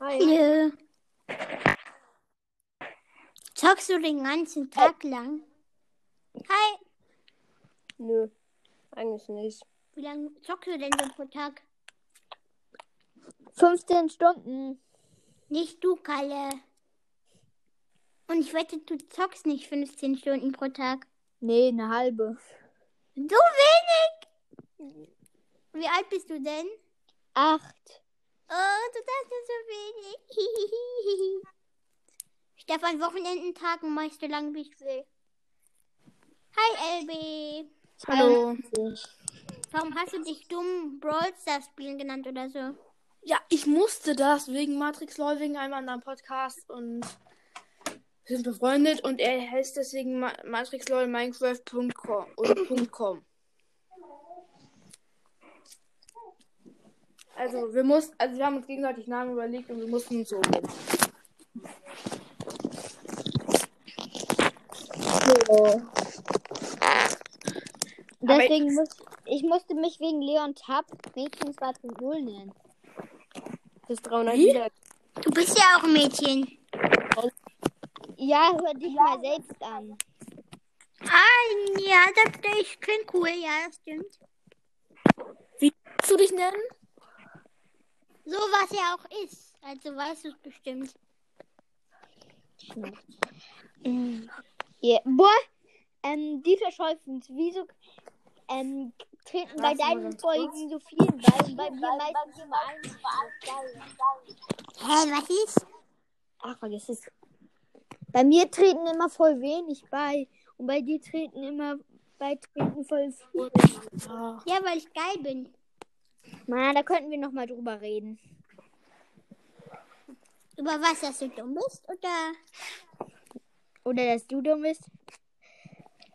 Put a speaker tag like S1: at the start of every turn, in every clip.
S1: Hi.
S2: Hallo. Zockst du den ganzen Tag lang? Hi.
S1: Nö, eigentlich nicht.
S2: Wie lange zockst du denn so pro Tag?
S3: 15 Stunden.
S2: Nicht du, Kalle. Und ich wette, du zockst nicht 15 Stunden pro Tag.
S3: Nee, eine halbe.
S2: So wenig! Wie alt bist du denn?
S3: Acht.
S2: Oh, du darfst nur so wenig. Ich darf an Wochenenden, Tagen mache ich so lange, wie ich will. Hi, LB.
S1: Hallo.
S2: Warum hast du dich dumm Brawl Stars spielen genannt oder so?
S1: Ja, ich musste das wegen Matrix Lol, wegen einem anderen Podcast und wir sind befreundet und er heißt deswegen Ma Matrix LOL Minecraft.com und .com. Also wir mussten, also wir haben uns gegenseitig Namen überlegt und wir mussten uns so. Aber-
S3: Deswegen muss ich musste mich wegen Leon Tab wenigstens mal zum Null nennen.
S1: Bis
S4: Oh,
S1: 300
S2: Wie? Du bist ja auch ein Mädchen.
S3: Ja, hör dich mal selbst an.
S2: Ah, ja, das das klingt cool. Ja, das stimmt.
S1: Kannst du dich nennen?
S2: So was er auch ist. Also weißt du es bestimmt.
S3: Ja. Boah, ähm, Dieter Schäufens, wieso ähm, treten bei
S1: Warte mal
S3: deinen
S1: ganz
S3: Folgen so viele bei und bei mir meistens nur eins?
S2: Hä, was ist?
S3: Ach, vergiss es. Bei mir treten immer voll wenig bei und bei dir treten immer bei treten voll viel.
S1: Ja.
S2: Ja, weil ich geil bin.
S3: Mann, da könnten wir noch mal drüber reden.
S2: Über was, dass du dumm bist? Oder?
S3: Oder dass du dumm bist.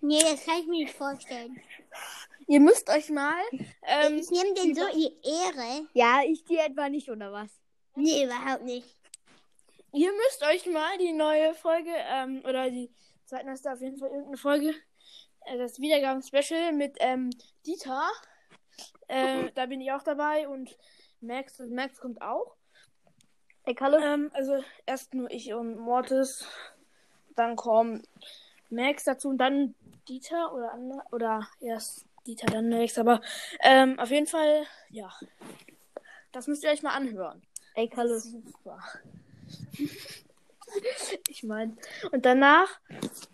S2: Nee, das kann ich mir nicht vorstellen.
S1: Ihr müsst euch mal. Ähm,
S2: Ich nehme den so die Ehre.
S3: Ja, ich dir etwa nicht, oder was?
S2: Nee, überhaupt nicht.
S1: ihr müsst euch mal die neue Folge, ähm, oder die zweiten ist da auf jeden Fall irgendeine Folge, äh, das Wiedergaben-Special mit ähm, Dieter. Äh, da bin ich auch dabei und Max, Max kommt auch.
S3: Hey, Carlo.
S1: Ähm, also erst nur ich und Mortis, dann kommen Max dazu und dann Dieter oder andere, oder erst Dieter, dann Max, aber ähm, auf jeden Fall, ja. Das müsst ihr euch mal anhören.
S3: Ey, Carlo.
S1: Super. ich meine, und danach,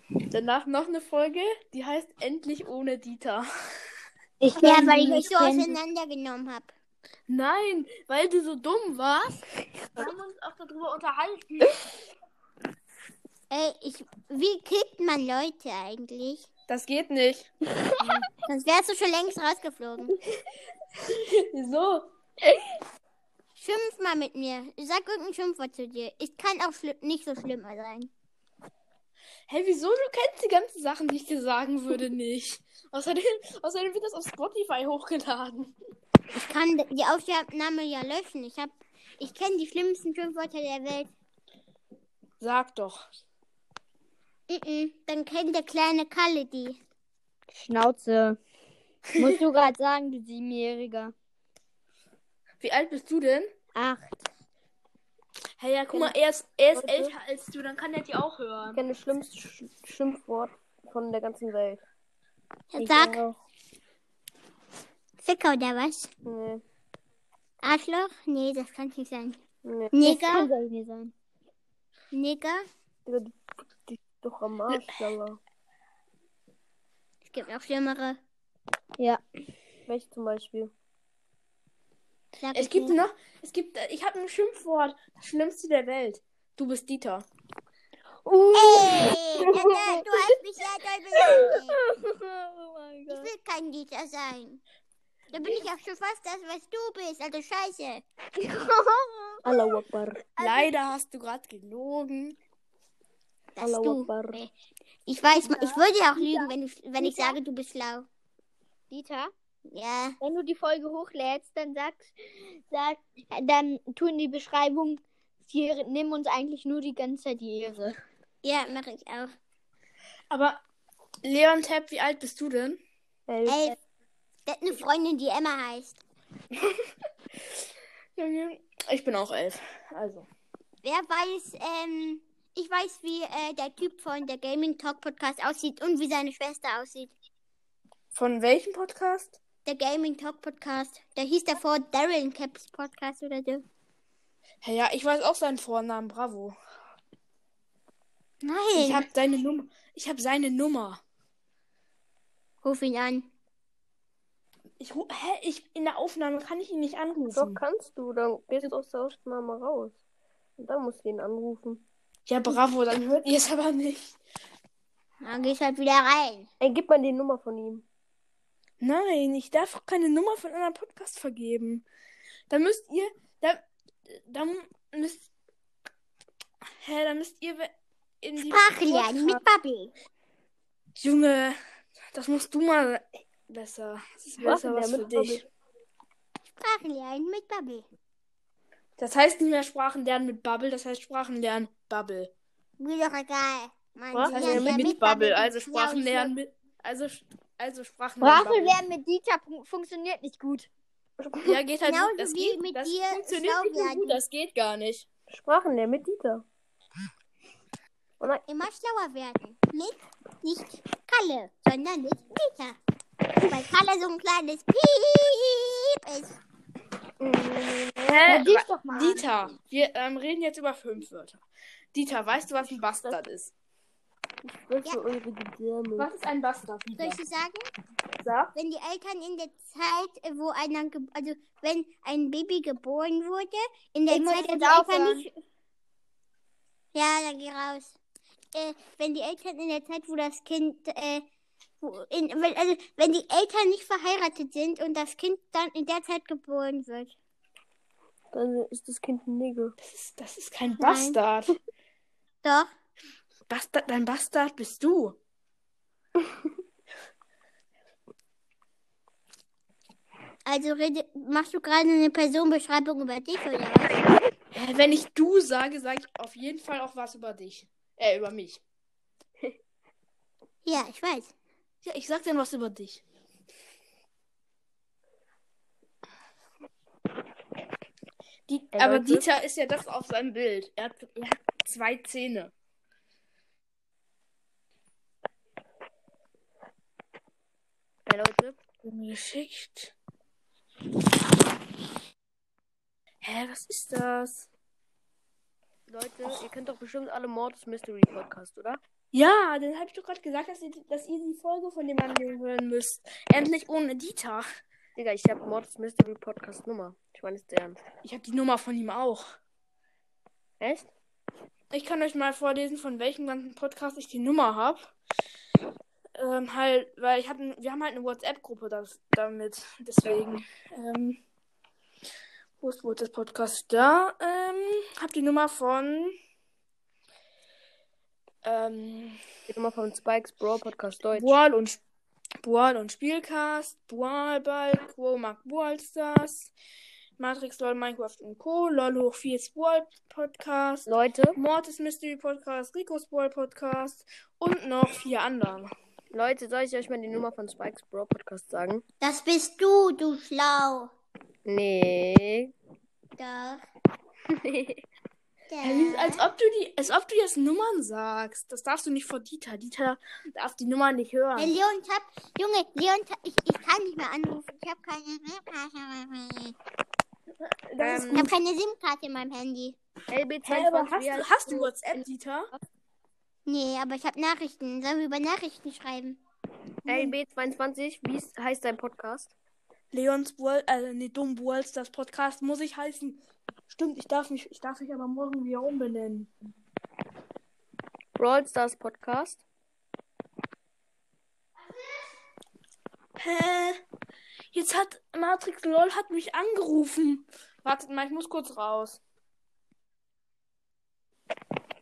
S1: danach noch eine Folge, die heißt Endlich ohne Dieter.
S3: Ich
S2: Ja,
S3: kenn
S2: weil ich
S3: die
S2: mich so
S3: kenn die.
S2: auseinandergenommen habe.
S1: Nein, weil du so dumm warst. Wir haben uns auch darüber unterhalten.
S2: Ey, ich, wie kickt man Leute eigentlich?
S1: Das geht nicht.
S2: Sonst wärst du schon längst rausgeflogen.
S1: Wieso?
S2: Schimpf mal mit mir. Sag irgendein Schimpfwort zu dir. Ich kann auch schli- nicht so schlimm sein.
S1: Hä, wieso? Du kennst die ganzen Sachen, die ich dir sagen würde, nicht. Außerdem, außerdem wird das auf Spotify hochgeladen.
S2: Ich kann d- die Aufnahme ja löschen. Ich hab, ich kenne die schlimmsten Schimpfwörter der Welt.
S1: Sag doch.
S2: Mhm. Dann kennt der kleine Kalle die.
S3: Schnauze. Musst du gerade sagen, du Siebenjähriger.
S1: Wie alt bist du denn?
S3: Acht.
S1: Hä, ja, guck mal, er ist, er ist älter als du, dann kann er die auch hören.
S4: kenne das schlimmste Sch Schimpfwort von der ganzen Welt.
S2: Sag,
S4: auch.
S2: Ficker oder was?
S4: Nee,
S2: Arschloch? Nee, das kann nicht sein.
S4: nee.
S3: Das
S2: Nigger?
S3: kann doch nicht sein.
S2: Nigger?
S4: Digga, du fickst dich doch am Arsch, Lala.
S2: Es gibt auch schlimmere.
S3: Ja.
S4: Welch zum Beispiel?
S2: Sag
S1: Es
S2: ich
S1: gibt
S2: nicht.
S1: noch, es gibt, äh, ich habe ein Schimpfwort. Das Schlimmste der Welt. Du bist Dieter.
S4: Uh,
S2: Ey, Alter, du hast mich sehr doll beleidigt.
S3: Oh mein
S2: Ich will kein Dieter sein. Da bin ich auch schon fast das, was du bist. Also scheiße.
S4: Allah Akbar.
S1: Leider hast du gerade gelogen.
S2: Das
S4: Allah
S2: du.
S4: Akbar.
S2: Ich weiß, ma- ich würde ja auch lügen, wenn ich, wenn ich sage, du bist schlau.
S3: Dieter,
S2: Ja.
S3: wenn du die Folge hochlädst, dann sagst, sag, dann tu in die Beschreibung, wir nehmen uns eigentlich nur die ganze Zeit die Ehre.
S2: Ja, mache ich auch.
S1: Aber Leon Tepp, wie alt bist du denn?
S4: Elf.
S2: Elf. Der hat eine Freundin, die Emma heißt.
S1: Junge, Ich bin auch elf. Also.
S2: Wer weiß, ähm, ich weiß, wie äh, der Typ von der Gaming Talk Podcast aussieht und wie seine Schwester aussieht.
S1: Von welchem Podcast?
S2: Der Gaming Talk Podcast. Der hieß davor Daryl Caps Podcast oder so.
S1: Hey, ja, ich weiß auch seinen Vornamen. Bravo.
S2: Nein.
S1: Ich habe seine Nummer. Ich habe seine Nummer.
S2: Ruf ihn an.
S1: Ich, ru- hä, ich in der Aufnahme kann ich ihn nicht
S4: Doch
S1: anrufen.
S4: kannst du, dann gehst du aus der Aufnahme raus. Und dann musst du ihn anrufen.
S1: Ja, bravo, dann hört ihr es aber nicht.
S2: Dann gehst halt wieder rein.
S4: Ey, gib mal die Nummer von ihm.
S1: Nein, ich darf auch keine Nummer von einem Podcast vergeben. Da müsst ihr, da, da müsst, hä, da müsst ihr we- in die
S2: Sprache lernen mit Bubble.
S1: Junge, das musst du mal besser. Das ist besser
S4: Machen wir
S1: was für
S4: mit
S1: dich.
S2: Sprache lernen mit Bubble.
S1: Das heißt nicht mehr Sprachen lernen mit Bubble, das heißt Sprachen lernen Bubble.
S2: Mir doch egal. Man
S1: Das heißt ja,
S2: lernt ja
S1: mit, mit Bubble, also
S2: Ja,
S1: Sprachen
S2: ich
S1: lernen mit, also, also Sprachen
S3: Sprache
S1: Bubble.
S3: lernen mit Dieter fun- funktioniert nicht gut.
S1: Ja, geht halt
S2: Genauso
S1: nicht. Das,
S2: wie
S1: geht,
S2: mit
S1: das
S2: dir
S1: funktioniert
S2: schlau
S1: nicht so
S2: werden.
S1: gut, das geht gar nicht.
S4: Sprachen der mit Dieter. Oh nein,
S2: Immer schlauer werden. Mit nicht Kalle, sondern mit Peter. Weil Kalle so ein kleines Piep ist.
S3: Ja,
S4: Mhm.
S1: Hä?
S3: dich doch mal. an.
S1: Dieter, wir ähm, reden jetzt über fünf Wörter. Dieter, weißt du, was ein Bastard ist?
S4: frisst du unsere Gedärme.
S1: Was ist ein Bastard?
S2: Soll
S1: Dieter?
S2: ich das sagen?
S1: Sag.
S2: Wenn die Eltern in der Zeit, wo einer, ge- also wenn ein Baby geboren wurde, in der
S3: Ich muss
S2: Zeit, wo
S3: jetzt
S2: die Eltern
S3: aufhören.
S2: nicht. Ja, dann geh raus. Äh, wenn die Eltern in der Zeit, wo das Kind, äh, wo in, wenn- also wenn die Eltern nicht verheiratet sind und das Kind dann in der Zeit geboren wird.
S4: Dann ist das Kind ein Nigger.
S1: Das ist, das ist kein
S2: Nein.
S1: Bastard.
S2: Doch.
S1: Bastard. Dein Bastard bist du.
S2: Also rede, machst du gerade eine Personenbeschreibung über dich oder was?
S1: Hä, Wenn ich du sage, sage ich auf jeden Fall auch was über dich. Äh, über mich.
S2: Ja, ich weiß.
S1: Ja, ich sag dann was über dich. Die,
S4: Äh,
S1: aber
S4: Leute.
S1: Dieter ist ja das auf seinem Bild. Er hat, er hat zwei Zähne. Hey Leute, mir geschickt. Hä, was ist das?
S4: Leute, ihr kennt doch bestimmt alle Mordes Mystery Podcast, oder?
S1: Ja, dann habe ich doch gerade gesagt, dass ihr, dass ihr die Folge von dem Mann hören müsst. Endlich ohne Dieter.
S4: Digga, ich hab Mordes Mystery Podcast Nummer. Ich meine es ernst.
S1: Ich habe die Nummer von ihm auch.
S4: Echt?
S1: Ich kann euch mal vorlesen, von welchem ganzen Podcast ich die Nummer habe. Ähm, halt, weil ich hab, n- wir haben halt eine WhatsApp-Gruppe das- damit. Deswegen. Ähm, wo ist, wo ist das Podcast? Da. Ähm, hab die Nummer von. Ähm,
S4: Die Nummer von Spikes Bro Podcast Deutsch.
S1: Boal und Boal und Spielcast, Boalball, Quo mag Boalstars, Matrix LOL, Minecraft und Co. LOL hoch 4 ist Boal Podcast.
S4: Leute,
S1: Mortis Mystery Podcast, Rico's Ball Podcast und noch vier anderen.
S4: Leute, soll ich euch mal die Nummer von Spikes Bro Podcast sagen?
S2: Das bist du, du Schlau.
S4: Nee.
S2: Doch.
S1: Als ob du die, als ob du jetzt Nummern sagst. Das darfst du nicht vor Dieter. Dieter darf die Nummern nicht
S2: Hey,
S1: hören.
S2: Leon, ich hab. Junge, Leon, ich, ich kann nicht mehr anrufen. Ich habe keine SIM-Karte in meinem Handy.
S1: Das ist
S4: Ähm,
S2: Ich
S1: gut.
S2: habe keine SIM-Karte in meinem Handy.
S4: LB22,
S1: Hä, aber hast,
S4: wie
S1: du,
S4: heißt
S1: hast du WhatsApp, Dieter?
S2: Nee, aber ich habe Nachrichten. Sollen wir über Nachrichten schreiben?
S4: LB22, wie ist- heißt dein Podcast?
S1: Leons Ball, äh, nee, Dumm Balls, das Podcast muss ich heißen. Stimmt, ich darf mich, ich darf mich aber morgen wieder umbenennen.
S4: Brawl Stars Podcast.
S1: Hä? Jetzt hat Matrix LOL hat mich angerufen. Wartet mal, ich muss kurz raus.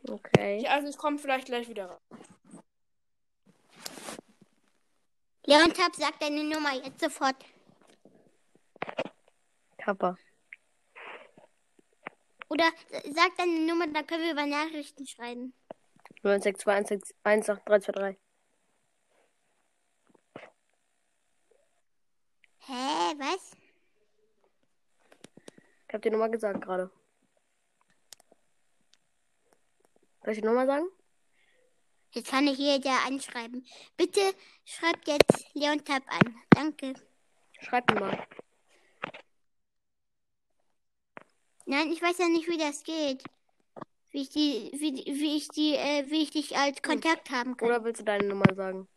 S4: Okay.
S1: Ich, also ich komme vielleicht gleich wieder raus.
S2: Leon Tab, sag deine Nummer jetzt sofort.
S4: Kappa.
S2: Oder s- sag deine Nummer, dann können wir über Nachrichten schreiben.
S4: 96216183323.
S2: Hä, was?
S4: hab dir nochmal gesagt gerade. Soll ich dir nochmal sagen?
S2: Jetzt kann ich jeder anschreiben. Bitte schreibt jetzt Leon Tab an. Danke.
S4: Schreib mir mal.
S2: Nein, ich weiß ja nicht, wie das geht. Wie ich die, wie, die- wie ich die, äh, wie ich dich als Kontakt haben kann.
S4: Oder willst du deine Nummer sagen?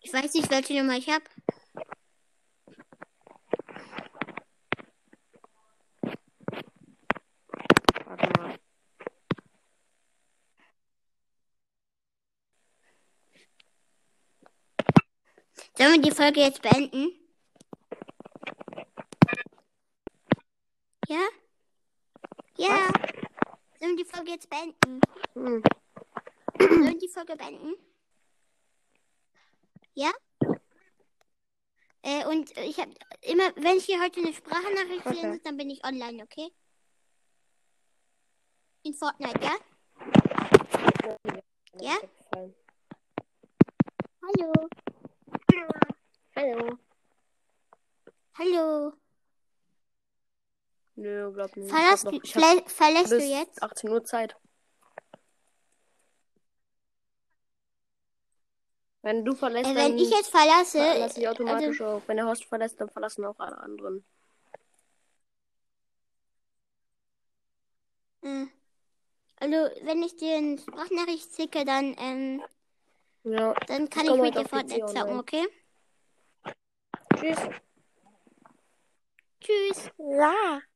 S2: Ich weiß nicht, welche Nummer ich habe.
S4: Warte mal.
S2: Sollen wir die Folge jetzt beenden? Ja? Ja. Sollen wir die Folge jetzt beenden?
S4: Hm.
S2: Sollen wir die Folge beenden? Ja? Äh, und ich habe immer, wenn ich hier heute eine Sprachnachricht
S4: Okay.
S2: sehen muss, dann bin ich online, okay? In Fortnite, ja? Ja? Hallo.
S4: Hallo.
S2: Hallo.
S4: Nö, glaub nicht. Ich hab
S2: Verlässt,
S4: noch-
S2: du-
S4: ich hab
S2: verlä- verlässt du
S4: bis
S2: jetzt?
S4: 18 Uhr Zeit. Wenn du verlässt,
S2: Äh,
S4: dann
S2: wenn ich jetzt äh, also verlasse,
S4: verlasse ich automatisch auch. Wenn der Horst verlässt, dann verlassen auch alle anderen.
S2: Äh, Also, wenn ich dir eine Sprachnachricht schicke, dann, ähm,
S4: Ja.
S2: dann kann
S4: Ich
S2: ich,
S4: komm
S2: mit
S4: heute
S2: dir
S4: auf PC
S2: Fortnite zocken,
S4: online.
S2: okay?
S4: Tschüss.
S2: Tschüss.
S1: Ja.